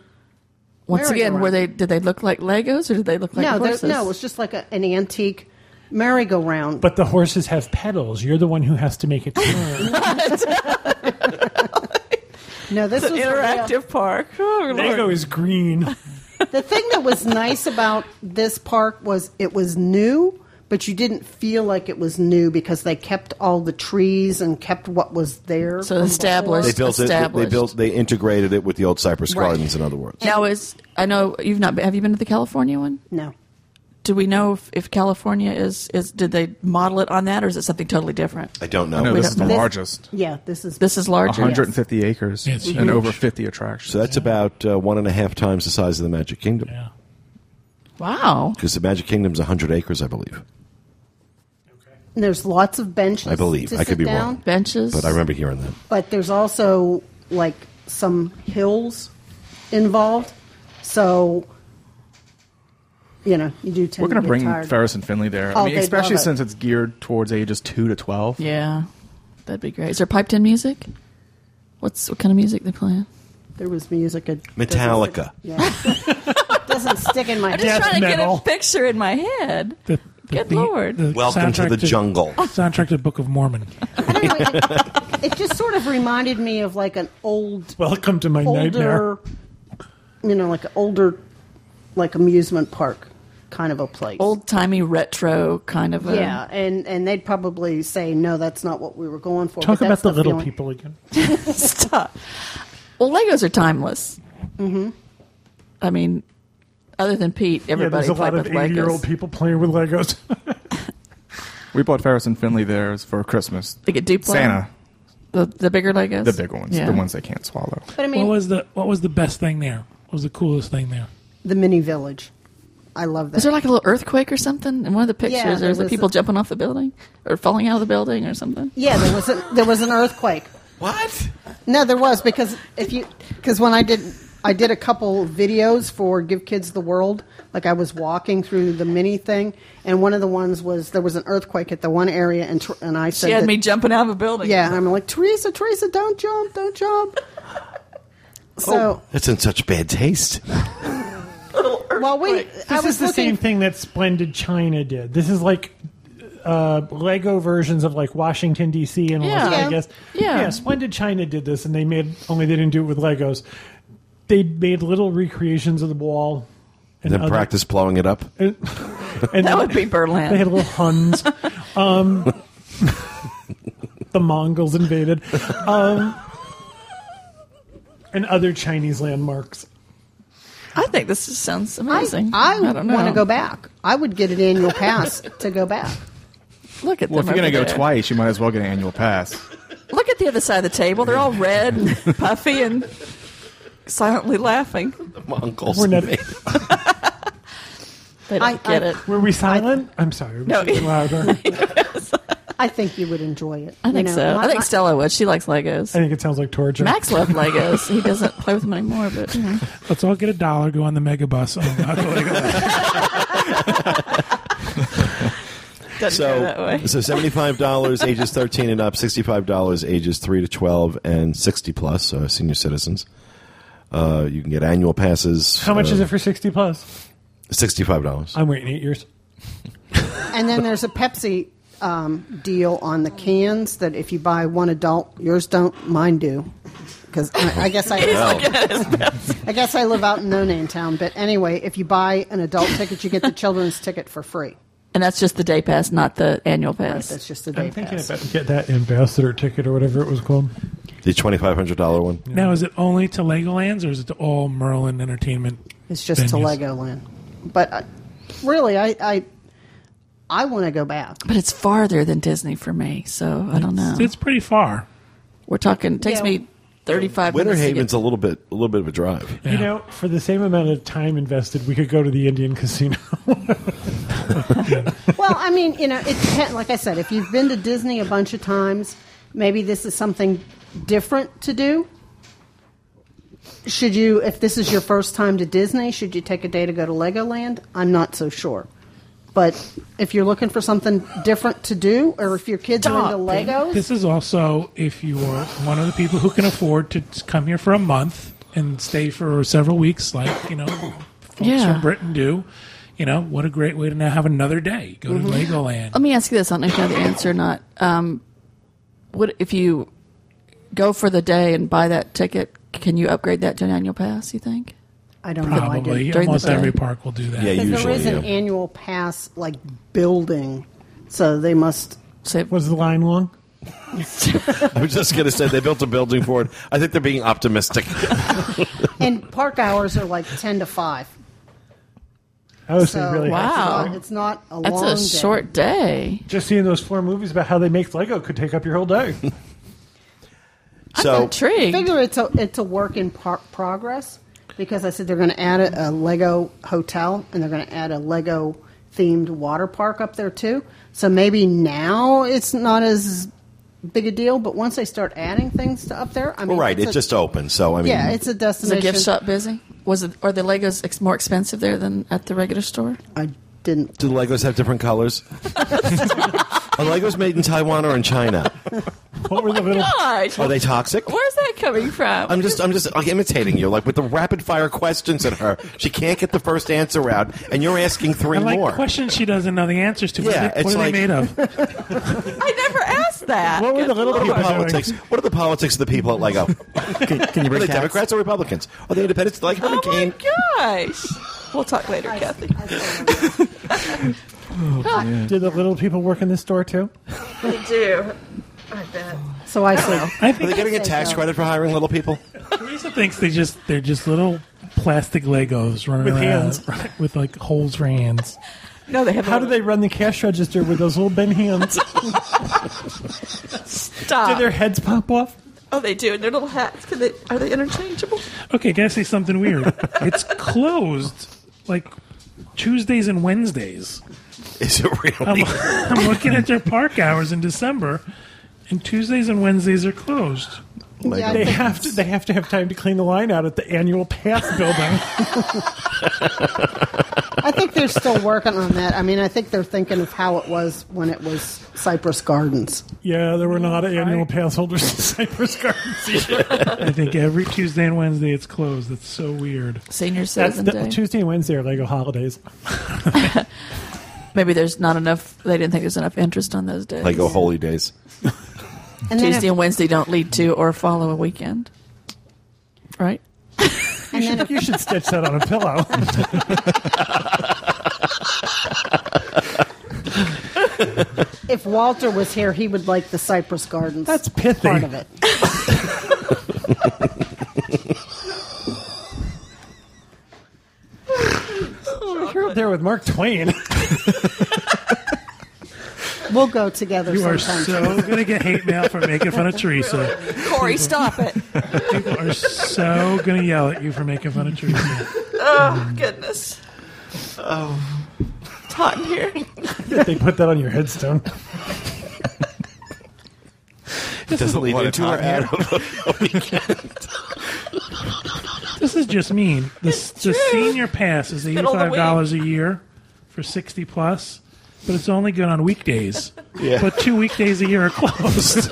Speaker 5: once again,
Speaker 3: merry-go-round.
Speaker 5: were they? Did they look like Legos or did they look like
Speaker 3: no, there,
Speaker 5: horses?
Speaker 3: no, it's just like a, an antique merry-go-round.
Speaker 2: But the horses have pedals. You're the one who has to make
Speaker 5: Oh,
Speaker 2: it turn.
Speaker 3: no, this was a real-
Speaker 5: interactive park. (laughs) Oh, Lord.
Speaker 2: Lego is green.
Speaker 3: The thing that was nice about this park was it was new, but you didn't feel like it was new because they kept all the trees and kept what was there.
Speaker 5: So
Speaker 3: from
Speaker 5: established.
Speaker 1: They
Speaker 3: before.
Speaker 1: built it. They
Speaker 5: Established.
Speaker 1: built. They integrated it with the old Cypress
Speaker 3: Right.
Speaker 1: Gardens. In other words,
Speaker 5: Now is I know you've not. Have you been to the California one?
Speaker 3: No,
Speaker 5: Do we know if, if California is is did they model it on that or is it something totally different?
Speaker 1: I don't know.
Speaker 4: no, this is the
Speaker 3: This-
Speaker 4: largest.
Speaker 3: Yeah, this is
Speaker 5: This is larger.
Speaker 4: 150 acres
Speaker 6: It's
Speaker 4: and over
Speaker 6: huge.
Speaker 4: 50 attractions.
Speaker 1: so that's about uh, one and a half times the size of the Magic Kingdom.
Speaker 6: Yeah.
Speaker 5: Wow.
Speaker 1: Because the Magic Kingdom's 100 acres, I believe.
Speaker 3: And there's lots of benches.
Speaker 1: I believe.
Speaker 3: to
Speaker 1: I could
Speaker 3: sit
Speaker 1: be
Speaker 3: down,
Speaker 1: wrong.
Speaker 5: Benches.
Speaker 1: But I remember hearing that.
Speaker 3: But there's also like some hills involved, so you know you do tend
Speaker 4: We're
Speaker 3: going to get
Speaker 4: bring
Speaker 3: tired.
Speaker 4: Ferris and Finley there.
Speaker 3: Oh,
Speaker 4: I mean,
Speaker 3: they'd
Speaker 4: especially
Speaker 3: love it.
Speaker 4: since it's geared towards ages 2 to 12.
Speaker 5: Yeah, that'd be great. Is there piped in music? What's what kind of music they playing?
Speaker 3: There was music. It doesn't-
Speaker 1: Metallica.
Speaker 3: Yeah, doesn't stick in my
Speaker 2: Death
Speaker 3: head.
Speaker 5: trying to
Speaker 2: metal.
Speaker 5: get a picture in my head.
Speaker 6: The, the
Speaker 5: Good
Speaker 6: the-
Speaker 5: Lord.
Speaker 6: the
Speaker 1: Welcome to
Speaker 6: soundtrack
Speaker 1: the jungle.
Speaker 6: Soundtrack to Book of Mormon.
Speaker 3: I don't know, it, it just sort of reminded me of like an old
Speaker 2: Welcome to my nightmare.
Speaker 3: older, you know, like an older, like amusement park kind of a place.
Speaker 5: Old timey retro kind of. A, (laughs)
Speaker 3: yeah, and and they'd probably say no, that's not what we were going for.
Speaker 2: Talk
Speaker 3: but
Speaker 2: about
Speaker 3: that's
Speaker 2: the, little
Speaker 3: feeling.
Speaker 2: people again.
Speaker 5: Stop. Well, Legos are timeless. Mm-hmm. I mean, other than Pete,
Speaker 2: Yeah,
Speaker 5: everybody
Speaker 2: there's a
Speaker 5: played
Speaker 2: lot
Speaker 5: with
Speaker 2: of 80 year old
Speaker 5: Legos.
Speaker 2: people playing with Legos.
Speaker 4: We bought Ferris and Finley theirs for Christmas.
Speaker 5: Like a Duplo.
Speaker 4: Santa,
Speaker 5: The, the bigger Legos.
Speaker 4: the big ones,
Speaker 5: Yeah.
Speaker 4: the ones they can't swallow.
Speaker 3: But I
Speaker 6: What
Speaker 3: mean,
Speaker 6: was the What was the best thing there? What was the coolest thing there?
Speaker 3: the mini village. I love that.
Speaker 5: Was there like a little earthquake or something in one of the pictures?
Speaker 3: Yeah,
Speaker 5: there
Speaker 3: there
Speaker 5: was, like
Speaker 3: was
Speaker 5: people
Speaker 3: a-
Speaker 5: jumping off the building or falling out of the building or something.
Speaker 3: yeah, there was a, there was an earthquake.
Speaker 1: What?
Speaker 3: No, there was because if you because when I did I did a couple videos for Give Kids the World. Like I was walking through the mini thing, and one of the ones was there was an earthquake at the one area, and tr- and I said,
Speaker 5: She had
Speaker 3: that-
Speaker 5: me jumping out of a building.
Speaker 3: Yeah, and I'm like Teresa, Teresa, don't jump, don't jump.
Speaker 2: Oh,
Speaker 3: So
Speaker 1: That's in such bad taste.
Speaker 3: while we, I
Speaker 2: This
Speaker 3: was
Speaker 2: is the
Speaker 3: looking
Speaker 2: same thing that Splendid China did. This is like uh, Lego versions of like Washington D.C. and Las
Speaker 5: Yeah.
Speaker 2: Vegas.
Speaker 5: Yeah.
Speaker 2: Splendid China did this, and they made only they didn't do it with Legos. They made little recreations of the wall. (laughs) And
Speaker 1: Then
Speaker 2: other-
Speaker 1: practice blowing it up.
Speaker 2: And, and
Speaker 5: That would be Berlin.
Speaker 2: They had little Huns. um, the Mongols invaded. Um, and other Chinese landmarks.
Speaker 5: I think this just sounds
Speaker 3: I,
Speaker 5: amazing.
Speaker 3: I,
Speaker 5: don't know.
Speaker 3: want to go back. I would get an annual pass to go back.
Speaker 5: Look at
Speaker 4: Well, if
Speaker 5: them.
Speaker 4: you're gonna
Speaker 5: over
Speaker 4: go
Speaker 5: there.
Speaker 4: twice, you might as well get an annual pass.
Speaker 5: Look at the other side of the table. They're all red and
Speaker 1: (laughs)
Speaker 5: puffy and silently laughing.
Speaker 1: Mongols.
Speaker 2: We're never-
Speaker 5: They don't
Speaker 3: I-
Speaker 5: get
Speaker 3: I-
Speaker 5: it.
Speaker 2: Were we silent? I, am sorry. We
Speaker 5: No.
Speaker 2: should be
Speaker 5: (laughs)
Speaker 2: louder.
Speaker 3: I think you would enjoy it.
Speaker 5: I think so. I think
Speaker 3: so.
Speaker 5: Stella would. She likes Legos.
Speaker 1: (laughs)
Speaker 2: I think it sounds like torture.
Speaker 5: Max loved Legos. He doesn't play with them anymore, but you know.
Speaker 6: Let's all get a dollar, go on the mega bus. Oh, God, like,
Speaker 5: doesn't go that
Speaker 1: (laughs) so,
Speaker 5: way.
Speaker 1: so seventy-five dollars ages thirteen and up, sixty-five dollars ages three to twelve, and sixty plus so senior citizens. Uh, you can get annual passes.
Speaker 2: How much
Speaker 1: uh,
Speaker 2: is it for 60 plus?
Speaker 1: Sixty-five dollars.
Speaker 2: I'm waiting eight years.
Speaker 3: And then there's a Pepsi um, deal on the cans that if you buy one adult, yours don't, mine do. Because I, I guess I, (laughs) I guess I live out in no name town. But anyway, if you buy an adult ticket, you get the children's ticket for free.
Speaker 5: And that's just the day pass, not the annual pass.
Speaker 3: That's just a
Speaker 2: I'm
Speaker 3: day
Speaker 2: thinking
Speaker 3: pass.
Speaker 2: about get that ambassador ticket or whatever it was called.
Speaker 1: The twenty-five hundred dollar one.
Speaker 6: now, is it only to Legolands or is it to all Merlin Entertainment?
Speaker 3: It's just to
Speaker 6: venues?
Speaker 3: Legoland. But I, really, I I, I want to go back.
Speaker 5: but it's farther than Disney for me, so I don't know.
Speaker 6: It's, it's pretty far.
Speaker 5: We're talking. It takes
Speaker 3: Yeah.
Speaker 5: me thirty-five
Speaker 1: Winter
Speaker 5: minutes. to
Speaker 1: Haven's
Speaker 5: get-
Speaker 1: a little bit, a little bit of a drive. (laughs)
Speaker 2: You
Speaker 6: Yeah.
Speaker 2: know, for the same amount of time invested, we could go to the Indian casino. (laughs)
Speaker 3: Well, I mean, you know, it depends. Like I said, if you've been to Disney a bunch of times, maybe this is something different to do. Should you, if this is your first time to Disney, should you take a day to go to Legoland? I'm not so sure. But if you're looking for something different to do, or if your kids are into
Speaker 5: Stop.
Speaker 3: Legos,
Speaker 6: This is also if you are one of the people who can afford to t- come here for a month and stay for several weeks, like you know, folks
Speaker 5: Yeah.
Speaker 6: from Britain do. You know, what a great way to now have another day. Go
Speaker 5: Mm-hmm.
Speaker 6: to Legoland.
Speaker 5: Let me ask you this. I don't know if you know the answer or not. Um, what if you go for the day and buy that ticket? Can you upgrade that to an annual pass? You think?
Speaker 3: I don't know. I
Speaker 6: Probably
Speaker 3: did.
Speaker 5: During the
Speaker 6: almost
Speaker 5: day.
Speaker 6: every park will do that.
Speaker 1: Yeah,
Speaker 3: Because there
Speaker 1: usually.
Speaker 3: is an
Speaker 1: yeah.
Speaker 3: annual pass, like building, so they must.
Speaker 5: So
Speaker 2: was the line long?
Speaker 1: I was just gonna say they built a building for it. I think they're being
Speaker 3: (laughs)
Speaker 1: optimistic.
Speaker 3: And park hours are like ten to five.
Speaker 2: I was
Speaker 3: So
Speaker 2: really
Speaker 5: Wow.
Speaker 3: it's not, it's not a
Speaker 5: that's
Speaker 3: long.
Speaker 5: a
Speaker 3: day.
Speaker 5: short day.
Speaker 2: Just seeing those four movies about how they make Lego could take up your whole
Speaker 6: (laughs)
Speaker 2: day.
Speaker 1: so
Speaker 5: Intrigued.
Speaker 3: figure it's a it's a work in par- progress because I said they're going to add a, a Lego hotel and they're going to add a Lego themed water park up there too. So maybe now it's not as big a deal, but once they start adding things to up there, I mean,
Speaker 1: right,
Speaker 3: it's
Speaker 1: it
Speaker 3: a-
Speaker 1: just opened. So I mean,
Speaker 3: yeah, it's a
Speaker 5: Is the
Speaker 3: destination.
Speaker 5: gift shop busy? Was it? Are the Legos ex- more expensive there than at the regular store?
Speaker 3: I didn't.
Speaker 1: do the Legos have different
Speaker 3: (laughs)
Speaker 1: colors? Are Legos made in Taiwan or in China?
Speaker 2: What
Speaker 6: Oh
Speaker 2: were the little?
Speaker 5: Gosh,
Speaker 1: Are they toxic?
Speaker 5: where's that coming from?
Speaker 1: I'm just, I'm just like, imitating you, like with the rapid fire questions at her. She can't get the first answer out, and you're asking three
Speaker 6: I like
Speaker 1: more.
Speaker 6: questions she doesn't know the answers to. What
Speaker 1: Yeah,
Speaker 6: are they,
Speaker 1: it's
Speaker 6: what are
Speaker 1: like-
Speaker 6: they made
Speaker 1: (laughs)
Speaker 6: of?
Speaker 5: I never asked that.
Speaker 2: What were the
Speaker 5: Good
Speaker 2: little
Speaker 1: What are your
Speaker 2: people
Speaker 6: doing?
Speaker 1: politics? What are the politics of the people at Lego?
Speaker 4: Can, can you
Speaker 1: Are
Speaker 4: bring
Speaker 1: they
Speaker 4: cats?
Speaker 1: Democrats or Republicans? Are they independents like Hurricane?
Speaker 5: Oh my gosh. We'll talk later, Kathy.
Speaker 2: Did the little people work in this store too?
Speaker 5: They do. I bet.
Speaker 3: So I said,
Speaker 6: I
Speaker 1: Are they
Speaker 6: think
Speaker 1: getting a tax credit for hiring little people?
Speaker 6: Teresa thinks they just they're just little plastic Legos running
Speaker 2: With
Speaker 6: around
Speaker 2: hands.
Speaker 6: right, (laughs) with like holes for hands.
Speaker 5: No, they have.
Speaker 2: How do they run the cash register with those little Ben hands? Did
Speaker 5: stop?
Speaker 2: their heads pop off?
Speaker 5: oh, they do. And their little hats. Can they? Are they interchangeable?
Speaker 6: Okay, can I say
Speaker 1: (laughs)
Speaker 6: something weird? it's closed like Tuesdays and Wednesdays.
Speaker 1: Is it
Speaker 6: I'm,
Speaker 1: really?
Speaker 6: I'm looking at their park hours in December, and Tuesdays and Wednesdays are closed.
Speaker 1: Lego.
Speaker 2: They have to. They have to have time to clean the line out at the annual path
Speaker 6: (laughs)
Speaker 2: building.
Speaker 3: I think they're still working on that. I mean, I think they're thinking of how it was when it was Cypress Gardens.
Speaker 2: yeah, there were not annual pass holders in Cypress Gardens. either.
Speaker 6: I think every Tuesday and Wednesday it's closed. That's so weird.
Speaker 5: Senior
Speaker 2: That's
Speaker 5: Citizen
Speaker 2: the,
Speaker 5: Day.
Speaker 2: Tuesday and Wednesday are Lego holidays.
Speaker 5: Maybe there's not enough. They didn't think there's enough interest on those days.
Speaker 1: Lego Holy Days.
Speaker 3: And then,
Speaker 5: Tuesday
Speaker 3: if,
Speaker 5: and Wednesday don't lead to or follow a weekend, right?
Speaker 3: and then if
Speaker 2: You should stitch that on a pillow.
Speaker 3: If Walter was here, he would like the Cypress Gardens.
Speaker 2: That's pithy.
Speaker 3: part of it.
Speaker 2: You're up there with Mark Twain.
Speaker 3: We'll go together
Speaker 6: You are
Speaker 3: sometime.
Speaker 6: so gonna get hate mail for making fun of Teresa.
Speaker 5: Corey, stop it!
Speaker 6: People are so gonna yell at you for making fun of Teresa.
Speaker 5: Oh goodness! Oh, it's hot in here.
Speaker 2: they put that on your headstone.
Speaker 1: Doesn't lead
Speaker 4: What,
Speaker 1: into
Speaker 4: it's
Speaker 1: or
Speaker 4: hot here?
Speaker 1: out of
Speaker 6: This is just mean. The, the senior pass is
Speaker 5: middle of the
Speaker 6: eighty-five dollars a year for sixty plus, but it's only good on
Speaker 2: (laughs)
Speaker 6: weekdays.
Speaker 1: Yeah.
Speaker 6: But two weekdays a year are closed.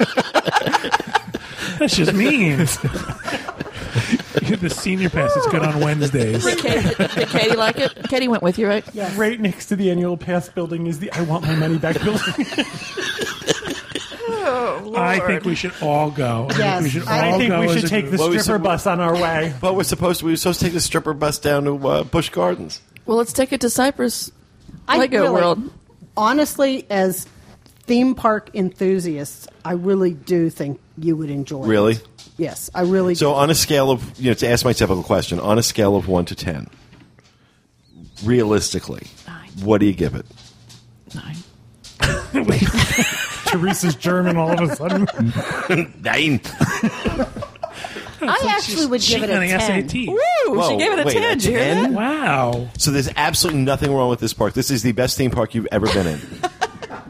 Speaker 6: That's
Speaker 2: (laughs)
Speaker 6: just mean. the senior pass is good on Wednesdays.
Speaker 5: Did Katie, did Katie like it? Katie went with you, right?
Speaker 3: Yes.
Speaker 2: Right next to the annual pass building is the I want my money back
Speaker 3: (laughs)
Speaker 2: building.
Speaker 3: Oh,
Speaker 6: I think we should all go. I think
Speaker 3: Yes,
Speaker 6: we should
Speaker 3: I
Speaker 6: all
Speaker 2: I think
Speaker 6: go
Speaker 2: we
Speaker 6: as
Speaker 2: should
Speaker 6: a
Speaker 2: take the
Speaker 6: group.
Speaker 1: Well, we
Speaker 2: stripper
Speaker 1: should-
Speaker 2: bus on our way.
Speaker 1: (laughs) But we're supposed to, we were supposed to take the stripper bus down to uh, Bush Gardens.
Speaker 5: Well, let's take it to Cyprus.
Speaker 3: I
Speaker 5: Lego
Speaker 3: really-
Speaker 5: World.
Speaker 3: Honestly, as theme park enthusiasts, I really do think you would enjoy.
Speaker 1: Really?
Speaker 3: It. Yes, I really.
Speaker 1: So
Speaker 3: do.
Speaker 1: on a scale of you know to ask my typical question on a scale of one to ten, realistically,
Speaker 5: Nine.
Speaker 1: what do you give it?
Speaker 5: Nine.
Speaker 2: Teresa's (laughs) German all of a sudden.
Speaker 3: (laughs)
Speaker 1: Nine.
Speaker 3: I actually would give it a
Speaker 6: cheating on
Speaker 3: ten.
Speaker 6: the SAT.
Speaker 5: Woo! she gave it a
Speaker 1: wait,
Speaker 5: ten. Did you hear that?
Speaker 1: 10?
Speaker 6: Wow.
Speaker 1: So there's absolutely nothing wrong with this park. This is the best theme park you've ever been
Speaker 3: (laughs)
Speaker 1: in.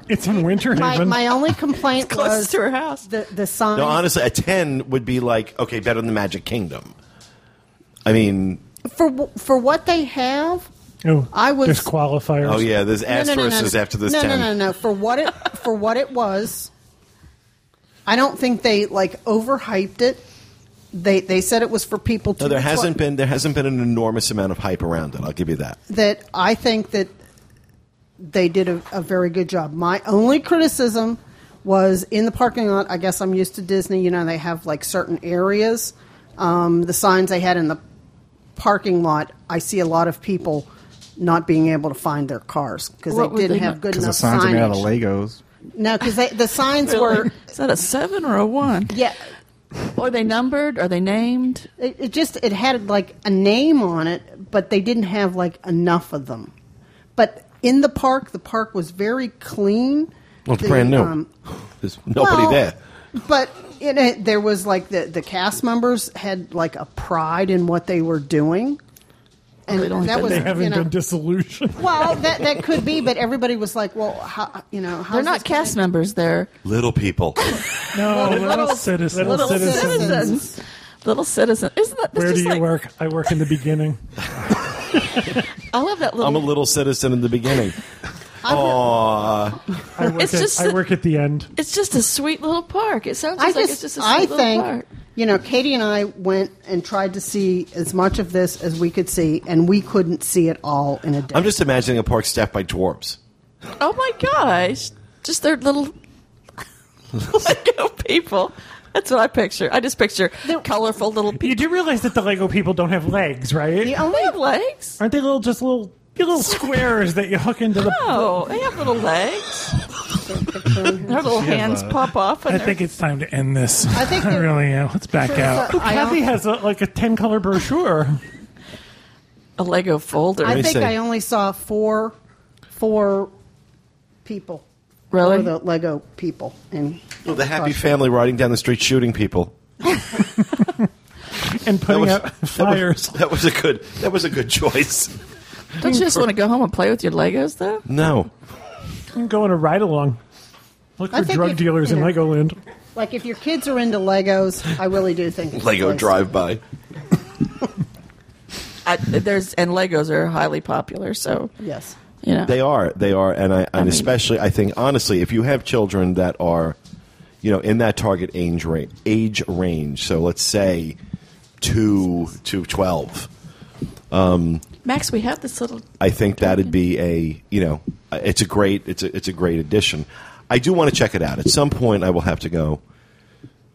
Speaker 2: It's in Winter
Speaker 3: My,
Speaker 2: Haven.
Speaker 3: my only (laughs) complaint
Speaker 5: closest
Speaker 3: was
Speaker 5: to her house.
Speaker 3: The the sign.
Speaker 1: No, honestly, a ten would be like okay, better than the Magic Kingdom. I mean,
Speaker 3: for wh- for what they have.
Speaker 2: oh,
Speaker 3: I was-
Speaker 2: there's qualifiers.
Speaker 1: oh yeah, there's
Speaker 3: No, no, no, no,
Speaker 1: asterisks
Speaker 3: no.
Speaker 1: after this
Speaker 3: No,
Speaker 1: ten.
Speaker 3: no, no, no. For what it for what it was, I don't think they like overhyped it. They they said it was for people. To
Speaker 1: No, there
Speaker 3: to-
Speaker 1: hasn't been there hasn't been an enormous amount of hype around it. I'll give you that.
Speaker 3: that I think that they did a, a very good job. My only criticism was in the parking lot. I guess I'm used to Disney. You know, they have like certain areas. Um, the signs they had in the parking lot, I see a lot of people not being able to find their cars because they
Speaker 5: What would
Speaker 3: didn't
Speaker 5: they
Speaker 3: have
Speaker 5: not-
Speaker 3: good
Speaker 4: Because
Speaker 3: enough
Speaker 4: the signs are made out of
Speaker 3: signage.
Speaker 4: Legos.
Speaker 3: No, because the signs were
Speaker 5: Is that a seven or a one?
Speaker 3: yeah.
Speaker 5: Are they numbered? Are they named?
Speaker 3: It, it just it had like a name on it, but they didn't have like enough of them. But in the park, the park was very clean.
Speaker 1: Well, it's
Speaker 3: The,
Speaker 1: brand new.
Speaker 3: um,
Speaker 1: There's nobody
Speaker 3: well,
Speaker 1: there.
Speaker 3: But in it, there was like the the cast members had like a pride in what they were doing, and
Speaker 5: They don't
Speaker 3: that
Speaker 5: think
Speaker 3: was
Speaker 5: they
Speaker 2: They
Speaker 3: you
Speaker 2: haven't
Speaker 3: know-
Speaker 2: been disillusioned.
Speaker 3: well, that that could be, but everybody was like, well, how you know, how's
Speaker 5: They're not
Speaker 3: this gonna-
Speaker 5: cast members. They're
Speaker 1: Little people.
Speaker 6: No, little,
Speaker 5: little-
Speaker 6: citizens.
Speaker 2: little
Speaker 5: little
Speaker 2: Citizens.
Speaker 5: citizens. Little citizen. Isn't that that's
Speaker 2: Where do
Speaker 5: just
Speaker 2: you
Speaker 5: like-
Speaker 2: work? I work in the beginning.
Speaker 5: I love
Speaker 1: (laughs)
Speaker 5: that
Speaker 1: I'm a
Speaker 5: little.
Speaker 1: little citizen in the beginning. Aww.
Speaker 2: I work,
Speaker 5: It's
Speaker 2: at,
Speaker 5: just
Speaker 2: I
Speaker 5: that-
Speaker 2: work at the (laughs) end.
Speaker 5: it's just a sweet little park. It sounds
Speaker 3: I
Speaker 5: just like
Speaker 3: just,
Speaker 5: it's just a sweet
Speaker 3: I
Speaker 5: little
Speaker 3: think
Speaker 5: park.
Speaker 3: you know, Katie and I went and tried to see as much of this as we could see, and we couldn't see it all in a day.
Speaker 1: I'm just imagining a park staffed by dwarves.
Speaker 5: Oh my gosh! Just their little (laughs) Lego people. That's what I picture. I just picture colorful little
Speaker 2: You
Speaker 5: people.
Speaker 2: do realize that the Lego people don't have legs, right?
Speaker 3: the
Speaker 5: They
Speaker 3: only
Speaker 5: have legs.
Speaker 2: Aren't they little just little
Speaker 6: (laughs)
Speaker 2: little squares that you hook into the
Speaker 5: Oh, they have little legs. Their little hands pop off. And
Speaker 6: I
Speaker 5: they're-
Speaker 6: think it's time to
Speaker 2: (laughs)
Speaker 6: end this. I
Speaker 3: think
Speaker 6: I
Speaker 3: that-
Speaker 6: really am. Let's back out.
Speaker 3: I,
Speaker 2: Kathy
Speaker 3: on-
Speaker 2: has a, like a ten color brochure.
Speaker 5: a Lego folder.
Speaker 3: I
Speaker 1: me
Speaker 3: think
Speaker 1: see.
Speaker 3: I only saw four four people,
Speaker 5: really?
Speaker 3: or the Lego people, and
Speaker 1: Well, Oh, the happy family riding down the street shooting people.
Speaker 2: and putting
Speaker 1: was-
Speaker 2: out flyers.
Speaker 1: That was a good. That was a good choice.
Speaker 5: Don't you just want to go home and play with your Legos though?
Speaker 1: No,
Speaker 2: I'm going to ride along. Look
Speaker 3: I
Speaker 2: for
Speaker 3: think
Speaker 2: drug
Speaker 3: it-
Speaker 2: dealers in
Speaker 3: you know.
Speaker 2: Legoland.
Speaker 3: Like if your kids are into Legos, I really do think it's a
Speaker 1: Lego
Speaker 3: place.
Speaker 1: drive by.
Speaker 5: I, there's and Legos are highly popular, so
Speaker 3: Yes.
Speaker 5: you know
Speaker 1: They are. They are. And I, and
Speaker 5: mean-
Speaker 1: especially, I think, honestly, if you have children that are, you know, in that target age range, age range so let's say two to 12,
Speaker 5: Max, we have this little.
Speaker 1: I think that'd be a, you know, it's a great, it's a, it's a great addition. I do want to check it out. At some point, I will have to go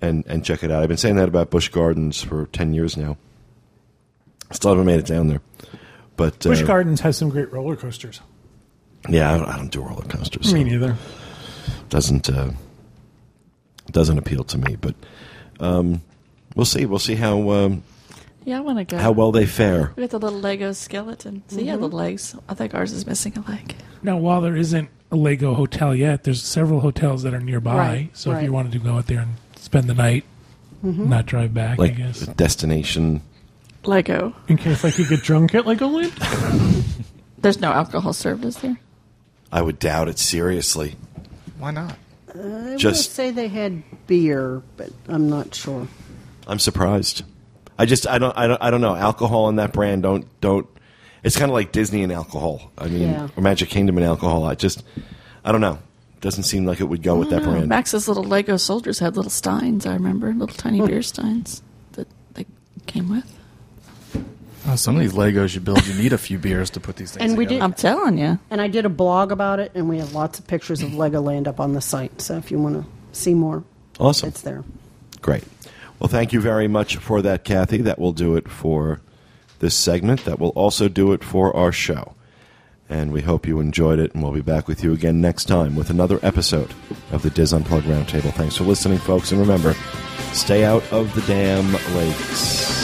Speaker 1: and, and check it out. I've been saying that about Bush Gardens for 10 years now. Still haven't made it down there. But,
Speaker 2: Busch
Speaker 1: uh,
Speaker 2: Gardens has some great roller coasters.
Speaker 1: yeah, I don't, I don't do roller coasters.
Speaker 2: Me
Speaker 1: so-
Speaker 2: neither.
Speaker 1: doesn't uh, doesn't appeal to me. But um, we'll see. We'll see how um,
Speaker 5: Yeah, I want to go.
Speaker 1: how well they fare.
Speaker 5: We got the little Lego skeleton. See, yeah, the legs. I think ours is missing a leg.
Speaker 6: Now, while there isn't a Lego hotel yet, there's several hotels that are nearby.
Speaker 3: Right,
Speaker 6: so if
Speaker 3: right.
Speaker 6: you wanted to go out there and spend the night,
Speaker 2: Mm-hmm.
Speaker 6: not drive back, I
Speaker 1: Like
Speaker 6: guess.
Speaker 1: destination.
Speaker 5: Lego.
Speaker 2: In case like you get drunk at
Speaker 6: (laughs)
Speaker 2: Legoland.
Speaker 5: There's no alcohol served, is there?
Speaker 1: I would doubt it seriously.
Speaker 4: Why not?
Speaker 3: I
Speaker 1: Just-
Speaker 3: would say they had beer, but I'm not sure.
Speaker 1: I'm surprised. I just I don't I don't I don't know alcohol and that brand don't don't. It's kind of like Disney and alcohol. I mean,
Speaker 3: Yeah.
Speaker 1: or Magic Kingdom and alcohol. I just I don't know. Doesn't seem like it would go with that brand.
Speaker 5: Max's little Lego soldiers had little steins. I remember little tiny beer steins that they came with.
Speaker 4: Oh, some of these Legos you build, you need a few beers to put these things.
Speaker 3: And we
Speaker 4: together.
Speaker 5: I'm telling you,
Speaker 3: And I did a blog about it, and we have lots of pictures of Legoland up on the site. So if you want to see more,
Speaker 1: Awesome.
Speaker 3: it's there.
Speaker 1: Great. Well, thank you very much for that, Kathy. That will do it for this segment. That will also do it for our show. And we hope you enjoyed it, and we'll be back with you again next time with another episode of the Diz Unplug Roundtable. Thanks for listening, folks, and remember stay out of the damn lakes.